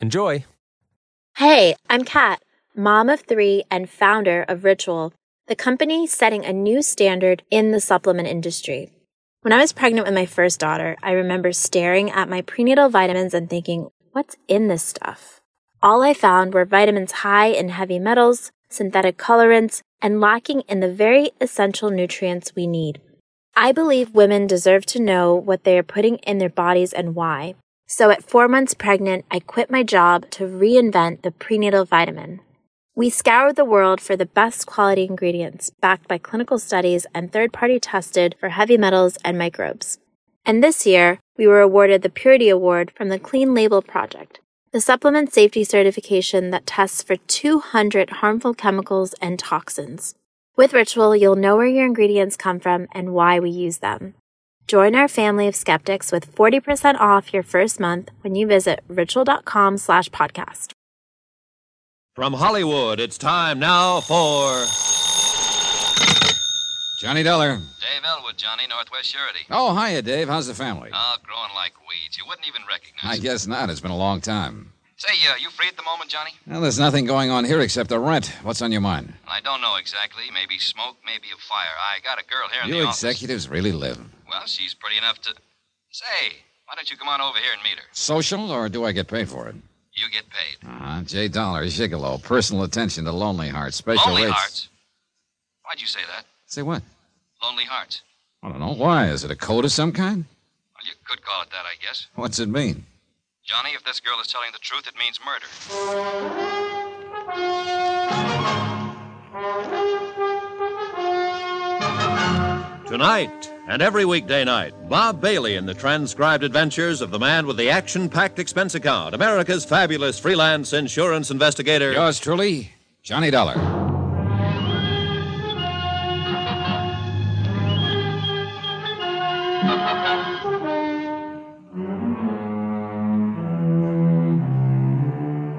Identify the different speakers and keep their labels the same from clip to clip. Speaker 1: Enjoy!
Speaker 2: Hey, I'm Kat, mom of three and founder of Ritual, the company setting a new standard in the supplement industry. When I was pregnant with my first daughter, I remember staring at my prenatal vitamins and thinking, what's in this stuff? All I found were vitamins high in heavy metals, synthetic colorants, and lacking in the very essential nutrients we need. I believe women deserve to know what they are putting in their bodies and why. So at four months pregnant, I quit my job to reinvent the prenatal vitamin. We scoured the world for the best quality ingredients backed by clinical studies and third party tested for heavy metals and microbes. And this year, we were awarded the Purity Award from the Clean Label Project, the supplement safety certification that tests for 200 harmful chemicals and toxins. With Ritual, you'll know where your ingredients come from and why we use them. Join our family of skeptics with 40% off your first month when you visit ritual.com slash podcast.
Speaker 3: From Hollywood, it's time now for Johnny Dollar.
Speaker 4: Dave Elwood, Johnny, Northwest Surety.
Speaker 3: Oh, hiya, Dave. How's the family?
Speaker 4: Oh, growing like weeds. You wouldn't even
Speaker 3: I
Speaker 4: recognize it.
Speaker 3: guess not. It's been a long time.
Speaker 4: Say, uh, you free at the moment, Johnny?
Speaker 3: Well, there's nothing going on here except the rent. What's on your mind?
Speaker 4: I don't know exactly. Maybe smoke, maybe a fire. I got a girl here in
Speaker 3: You
Speaker 4: the office.
Speaker 3: executives really live.
Speaker 4: Well, she's pretty enough to... Say, why don't you come on over here and meet her?
Speaker 3: Social, or do I get paid for it?
Speaker 4: You get paid.
Speaker 3: Uh-huh. J Dollar, Gigolo, personal attention to Lonely Hearts, special
Speaker 4: Lonely
Speaker 3: rates.
Speaker 4: Hearts. Why'd you say that?
Speaker 3: Say what?
Speaker 4: Lonely Hearts.
Speaker 3: I don't know. Why? Is it a code of some kind?
Speaker 4: Well, you could call it that, I guess.
Speaker 3: What's it mean?
Speaker 4: Johnny, if this girl is telling the truth, it means murder.
Speaker 5: Tonight and every weekday night, Bob Bailey in the transcribed adventures of the man with the action packed expense account, America's fabulous freelance insurance investigator.
Speaker 3: Yours truly, Johnny Dollar.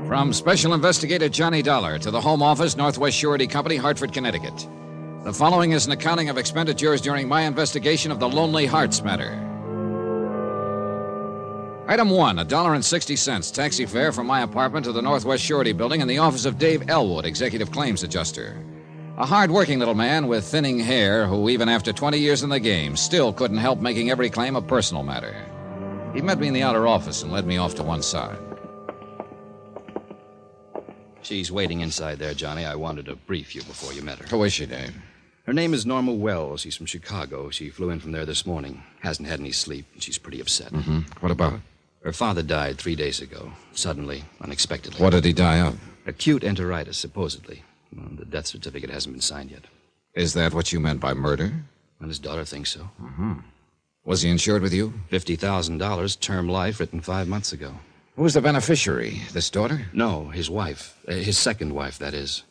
Speaker 3: From Special Investigator Johnny Dollar to the Home Office, Northwest Surety Company, Hartford, Connecticut. The following is an accounting of expenditures during my investigation of the Lonely Hearts matter. Item one, a dollar and sixty cents taxi fare from my apartment to the Northwest Surety Building in the office of Dave Elwood, Executive Claims Adjuster. A hard-working little man with thinning hair who, even after 20 years in the game, still couldn't help making every claim a personal matter. He met me in the outer office and led me off to one side.
Speaker 4: She's waiting inside there, Johnny. I wanted to brief you before you met
Speaker 3: Who is she, Dave?
Speaker 4: Her name is Norma Wells. She's from Chicago. She flew in from there this morning. Hasn't had any sleep, and she's pretty upset.
Speaker 3: What about?
Speaker 4: Her father died three days ago, suddenly, unexpectedly.
Speaker 3: What did he die of?
Speaker 4: Acute enteritis, supposedly. Well, the death certificate hasn't been signed yet.
Speaker 3: Is that what you meant by murder?
Speaker 4: And his daughter thinks so.
Speaker 3: Was he insured with you?
Speaker 4: $50,000 term life written five months ago.
Speaker 3: Who was the beneficiary? This daughter?
Speaker 4: No, his wife. Uh, his second wife, that is.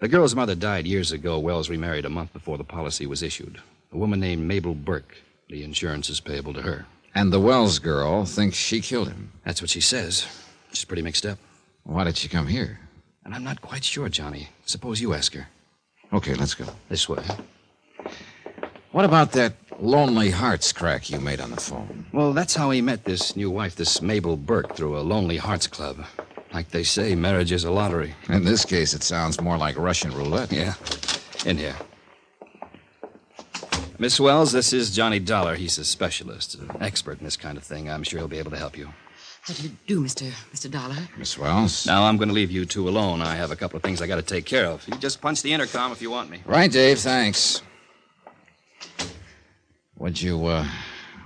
Speaker 4: The girl's mother died years ago. Wells remarried a month before the policy was issued. A woman named Mabel Burke. The insurance is payable to her.
Speaker 3: And the Wells girl thinks she killed him.
Speaker 4: That's what she says. She's pretty mixed up.
Speaker 3: Why did she come here?
Speaker 4: And I'm not quite sure, Johnny. Suppose you ask her.
Speaker 3: Okay, let's go.
Speaker 4: This way.
Speaker 3: What about that lonely hearts crack you made on the phone?
Speaker 4: Well, that's how he met this new wife, this Mabel Burke, through a Lonely Hearts Club. Like they say, marriage is a lottery.
Speaker 3: In this case, it sounds more like Russian roulette.
Speaker 4: Yeah. In here. Miss Wells, this is Johnny Dollar. He's a specialist, an expert in this kind of thing. I'm sure he'll be able to help you.
Speaker 6: How do you do, Mr. Mr. Dollar?
Speaker 3: Miss Wells?
Speaker 4: Now I'm going to leave you two alone. I have a couple of things I got to take care of. You just punch the intercom if you want me.
Speaker 3: Right, Dave, thanks. Would you, uh,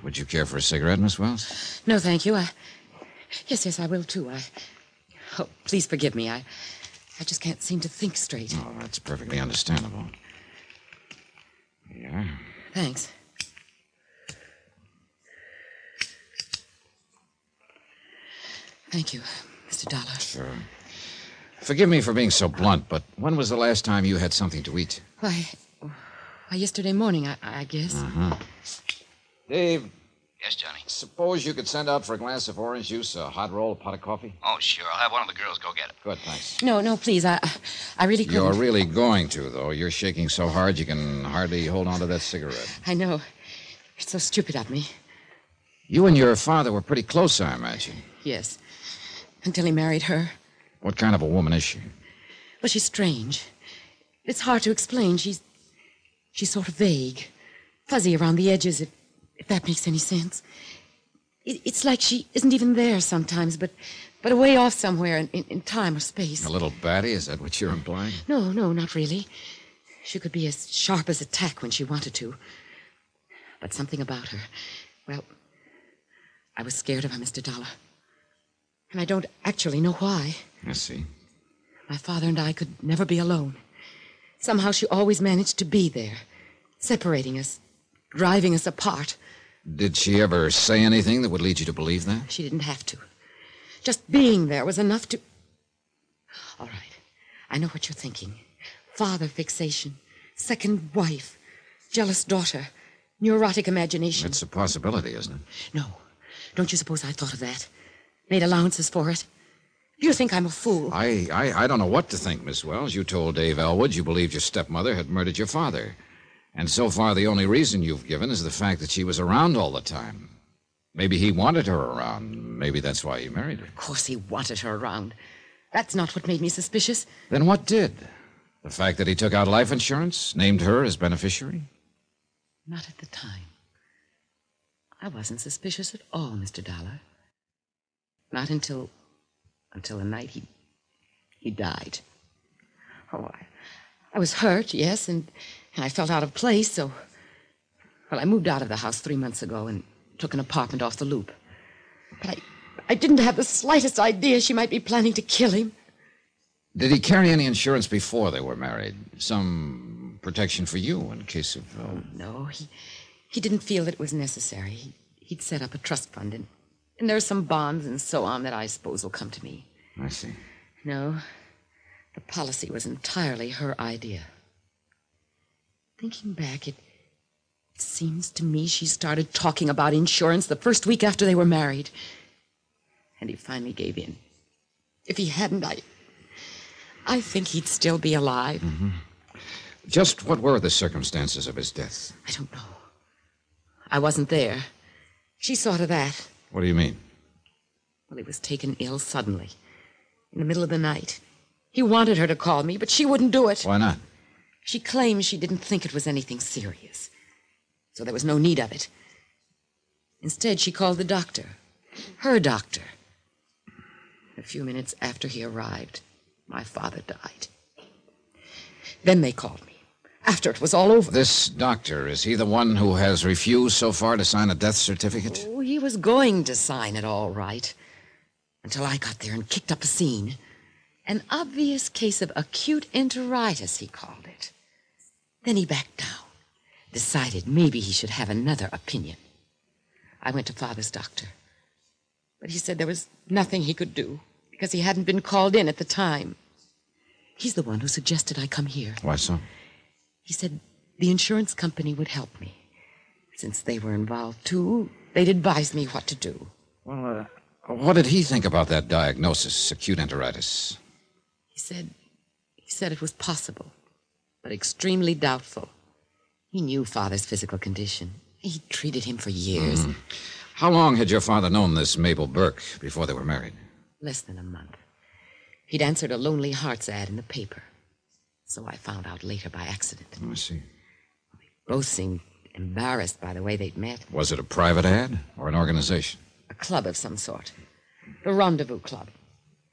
Speaker 3: would you care for a cigarette, Miss Wells?
Speaker 6: No, thank you. I. Yes, yes, I will too. I. Oh, please forgive me. I. I just can't seem to think straight.
Speaker 3: Oh, that's perfectly understandable. Yeah.
Speaker 6: Thanks. Thank you, Mr. Dollar.
Speaker 3: Sure. Forgive me for being so blunt, but when was the last time you had something to eat?
Speaker 6: Why, why yesterday morning, I, I guess.
Speaker 3: Mm-hmm. Dave,
Speaker 4: Yes, Johnny.
Speaker 3: suppose you could send out for a glass of orange juice, a hot roll, a pot of coffee?
Speaker 4: Oh, sure. I'll have one of the girls go get it.
Speaker 3: Good, thanks.
Speaker 6: No, no, please, I, I really couldn't.
Speaker 3: You're really going to, though. You're shaking so hard you can hardly hold on to that cigarette.
Speaker 6: I know. It's so stupid of me.
Speaker 3: You and your father were pretty close, I imagine.
Speaker 6: Yes. Until he married her.
Speaker 3: What kind of a woman is she?
Speaker 6: Well, she's strange. It's hard to explain. She's she's sort of vague, fuzzy around the edges. If if that makes any sense. It, it's like she isn't even there sometimes, but but away off somewhere in, in, in time or space.
Speaker 3: A little batty? Is that what you're implying?
Speaker 6: No, no, not really. She could be as sharp as a tack when she wanted to. But something about her. Well, I was scared of her, Mr. Dollar. And I don't actually know why.
Speaker 3: I see.
Speaker 6: My father and I could never be alone. Somehow she always managed to be there, separating us, driving us apart.
Speaker 3: Did she ever say anything that would lead you to believe that?
Speaker 6: She didn't have to. Just being there was enough to. All right, I know what you're thinking father fixation, second wife, jealous daughter, neurotic imagination.
Speaker 3: It's a possibility, isn't it?
Speaker 6: No, don't you suppose I thought of that? Made allowances for it? Do you think I'm a fool?
Speaker 3: I, I, I don't know what to think, Miss Wells. You told Dave Elwood you believed your stepmother had murdered your father. And so far, the only reason you've given is the fact that she was around all the time. Maybe he wanted her around. Maybe that's why he married her.
Speaker 6: Of course he wanted her around. That's not what made me suspicious.
Speaker 3: Then what did? The fact that he took out life insurance, named her as beneficiary?
Speaker 6: Not at the time. I wasn't suspicious at all, Mr. Dollar. Not until until the night he he died. Oh, I, I was hurt, yes, and, and I felt out of place, so well, I moved out of the house three months ago and took an apartment off the loop. But I I didn't have the slightest idea she might be planning to kill him.
Speaker 3: Did he carry any insurance before they were married? Some protection for you in case of. Uh,
Speaker 6: No, he he didn't feel that it was necessary. He, he'd set up a trust fund, and, and there are some bonds and so on that I suppose will come to me.
Speaker 3: I see.
Speaker 6: No, the policy was entirely her idea. Thinking back, it, it seems to me she started talking about insurance the first week after they were married. And he finally gave in. If he hadn't, I. I think he'd still be alive.
Speaker 3: Just what were the circumstances of his death?
Speaker 6: I don't know. I wasn't there. She saw to that.
Speaker 3: What do you mean?
Speaker 6: Well, he was taken ill suddenly, in the middle of the night. He wanted her to call me, but she wouldn't do it.
Speaker 3: Why not?
Speaker 6: She claimed she didn't think it was anything serious, so there was no need of it. Instead, she called the doctor, her doctor. A few minutes after he arrived, my father died. Then they called me, after it was all over.
Speaker 3: This doctor, is he the one who has refused so far to sign a death certificate?
Speaker 6: Oh, he was going to sign it all right. Until I got there and kicked up a scene. An obvious case of acute enteritis, he called it. Then he backed down, decided maybe he should have another opinion. I went to father's doctor, but he said there was nothing he could do because he hadn't been called in at the time. He's the one who suggested I come here.
Speaker 3: Why so?
Speaker 6: He said the insurance company would help me. Since they were involved too, they'd advise me what to do.
Speaker 3: Well, uh, what did he think about that diagnosis, acute enteritis?
Speaker 6: He said he said it was possible, but extremely doubtful. He knew father's physical condition. He treated him for years,
Speaker 3: How long had your father known this Mabel Burke before they were married?
Speaker 6: less than a month. He'd answered a Lonely Hearts ad in the paper. So I found out later by accident.
Speaker 3: Oh, I see.
Speaker 6: Both seemed embarrassed by the way they'd met.
Speaker 3: Was it a private ad or an organization?
Speaker 6: A club of some sort. The Rendezvous Club.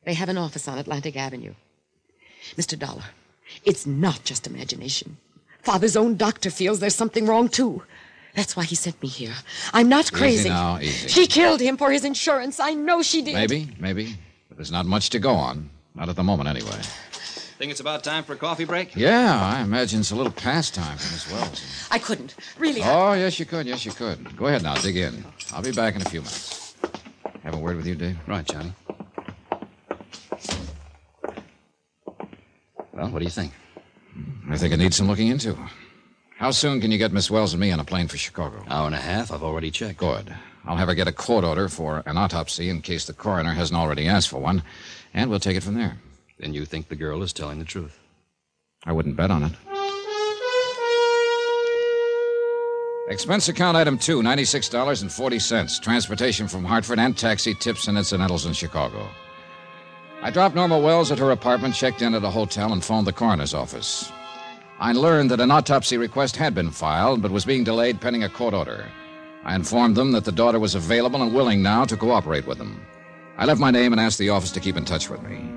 Speaker 6: They have an office on Atlantic Avenue. Mr. Dollar, it's not just imagination. Father's own doctor feels there's something wrong, too. That's why he sent me here. I'm not crazy.
Speaker 3: now, easy.
Speaker 6: She killed him for his insurance. I know she did.
Speaker 3: Maybe, maybe. But there's not much to go on. Not at the moment, anyway.
Speaker 7: Think it's about time for a coffee break?
Speaker 3: Yeah, I imagine it's a little pastime for Miss Wells.
Speaker 6: I couldn't. Really. I-
Speaker 3: Oh, yes, you could. Yes, you could. Go ahead now. Dig in. I'll be back in a few minutes. Have a word with you, Dave?
Speaker 4: Right, Johnny. Well, what do you think?
Speaker 3: I think it needs some looking into. How soon can you get Miss Wells and me on a plane for Chicago?
Speaker 4: Hour and a half. I've already checked.
Speaker 3: Good. I'll have her get a court order for an autopsy in case the coroner hasn't already asked for one, and we'll take it from there.
Speaker 4: Then you think the girl is telling the truth?
Speaker 3: I wouldn't bet on it. Expense account item two, $96.40. Transportation from Hartford and taxi, tips and incidentals in Chicago. I dropped Norma Wells at her apartment, checked in at a hotel, and phoned the coroner's office. I learned that an autopsy request had been filed, but was being delayed pending a court order. I informed them that the daughter was available and willing now to cooperate with them. I left my name and asked the office to keep in touch with me.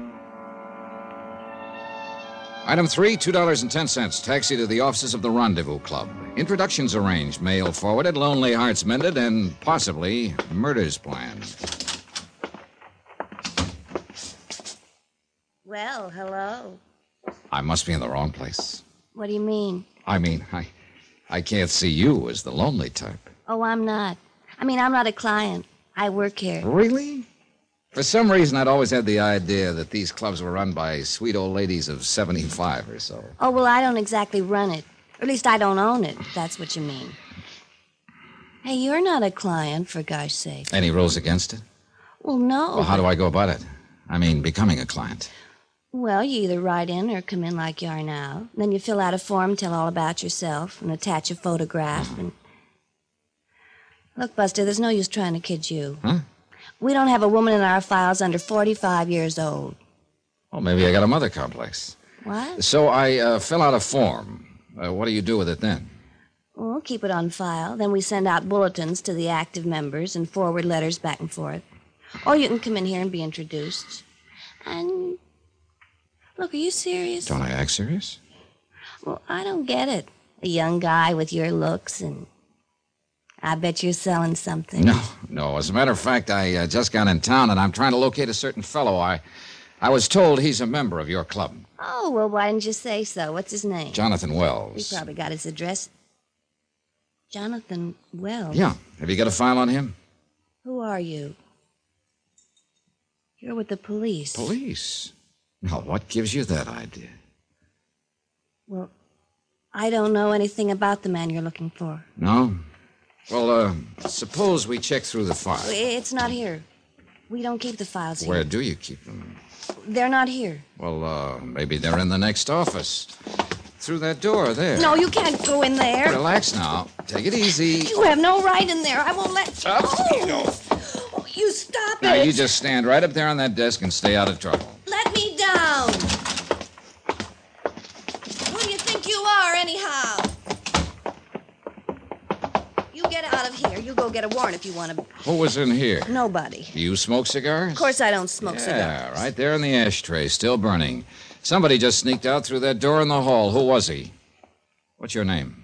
Speaker 3: Item three, $2.10. Taxi to the offices of the Rendezvous Club. Introductions arranged, mail forwarded, lonely hearts mended, and possibly murders planned.
Speaker 8: Well, hello.
Speaker 3: I must be in the wrong place.
Speaker 8: What do you mean?
Speaker 3: I mean, I, I can't see you as the lonely type.
Speaker 8: Oh, I'm not. I mean, I'm not a client. I work here.
Speaker 3: Really? For some reason, I'd always had the idea that these clubs were run by sweet old ladies of 75 or so.
Speaker 8: Oh, well, I don't exactly run it. Or at least I don't own it, if that's what you mean. Hey, you're not a client, for gosh sake.
Speaker 3: Any rules against it?
Speaker 8: Well, no.
Speaker 3: Well, how do I go about it? I mean, becoming a client.
Speaker 8: Well, you either write in or come in like you are now. Then you fill out a form, tell all about yourself, and attach a photograph. And look, Buster, there's no use trying to kid you.
Speaker 3: Huh?
Speaker 8: We don't have a woman in our files under 45 years old.
Speaker 3: Well, maybe I got a mother complex.
Speaker 8: What?
Speaker 3: So I uh, fill out a form. Uh, what do you do with it then?
Speaker 8: We'll keep it on file. Then we send out bulletins to the active members and forward letters back and forth. Or you can come in here and be introduced. And look, are you serious?
Speaker 3: Don't I act serious?
Speaker 8: Well, I don't get it. A young guy with your looks, and I bet you're selling something.
Speaker 3: No, no. As a matter of fact, I uh, just got in town and I'm trying to locate a certain fellow. I, I was told he's a member of your club,
Speaker 8: Oh, well, why didn't you say so? What's his name?
Speaker 3: Jonathan
Speaker 8: You
Speaker 3: Wells.
Speaker 8: probably got his address. Jonathan Wells?
Speaker 3: Yeah. Have you got a file on him?
Speaker 8: Who are you? You're with the police.
Speaker 3: Police. Now, what gives you that idea?
Speaker 8: Well, I don't know anything about the man you're looking for.
Speaker 3: No. Well, uh, suppose we check through the file.
Speaker 8: I- It's not here. We don't keep the files here.
Speaker 3: Where do you keep them?
Speaker 8: They're not here.
Speaker 3: Well, uh, maybe they're in the next office. Through that door there.
Speaker 8: No, you can't go in there.
Speaker 3: Relax now. Take it easy.
Speaker 8: You have no right in there. I won't let you. Oh, you stop
Speaker 3: Now,
Speaker 8: it.
Speaker 3: you just stand right up there on that desk and stay out of trouble.
Speaker 8: Let me down. Who do you think you are, anyhow? You get out of here. You go get a warrant if you want to.
Speaker 3: Who was in here?
Speaker 8: Nobody.
Speaker 3: Do you smoke cigars?
Speaker 8: Of course, I don't smoke cigars.
Speaker 3: Yeah, right there in the ashtray, still burning. Somebody just sneaked out through that door in the hall. Who was he? What's your name?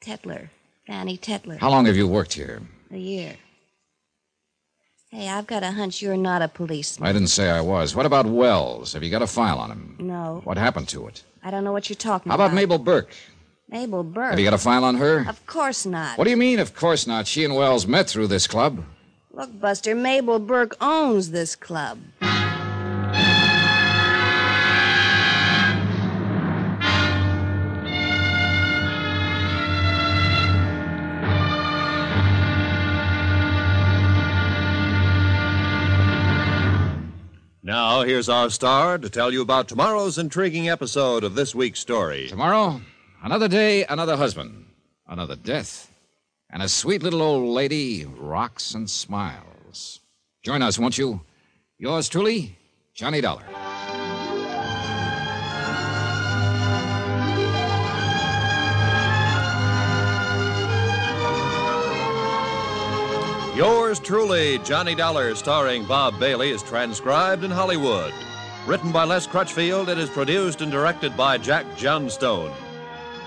Speaker 8: Tetler. Fanny Tetler.
Speaker 3: How long have you worked here?
Speaker 8: A year. Hey, I've got a hunch you're not a policeman.
Speaker 3: I didn't say I was. What about Wells? Have you got a file on him?
Speaker 8: No,
Speaker 3: What happened to it?
Speaker 8: I don't know what you're talking
Speaker 3: How about Mabel Burke?
Speaker 8: Mabel Burke.
Speaker 3: Have you got a file on her?
Speaker 8: Of course not.
Speaker 3: What do you mean, of course not? She and Wells met through this club.
Speaker 8: Look, Buster, Mabel Burke owns this club.
Speaker 5: Now, here's our star to tell you about tomorrow's intriguing episode of this week's story.
Speaker 3: Tomorrow, another day, another husband, another death, and a sweet little old lady rocks and smiles. Join us, won't you? Yours truly, Johnny Dollar. Yours truly, Johnny Dollar, starring Bob Bailey, is transcribed in Hollywood. Written by Les Crutchfield, it is produced and directed by Jack Johnstone.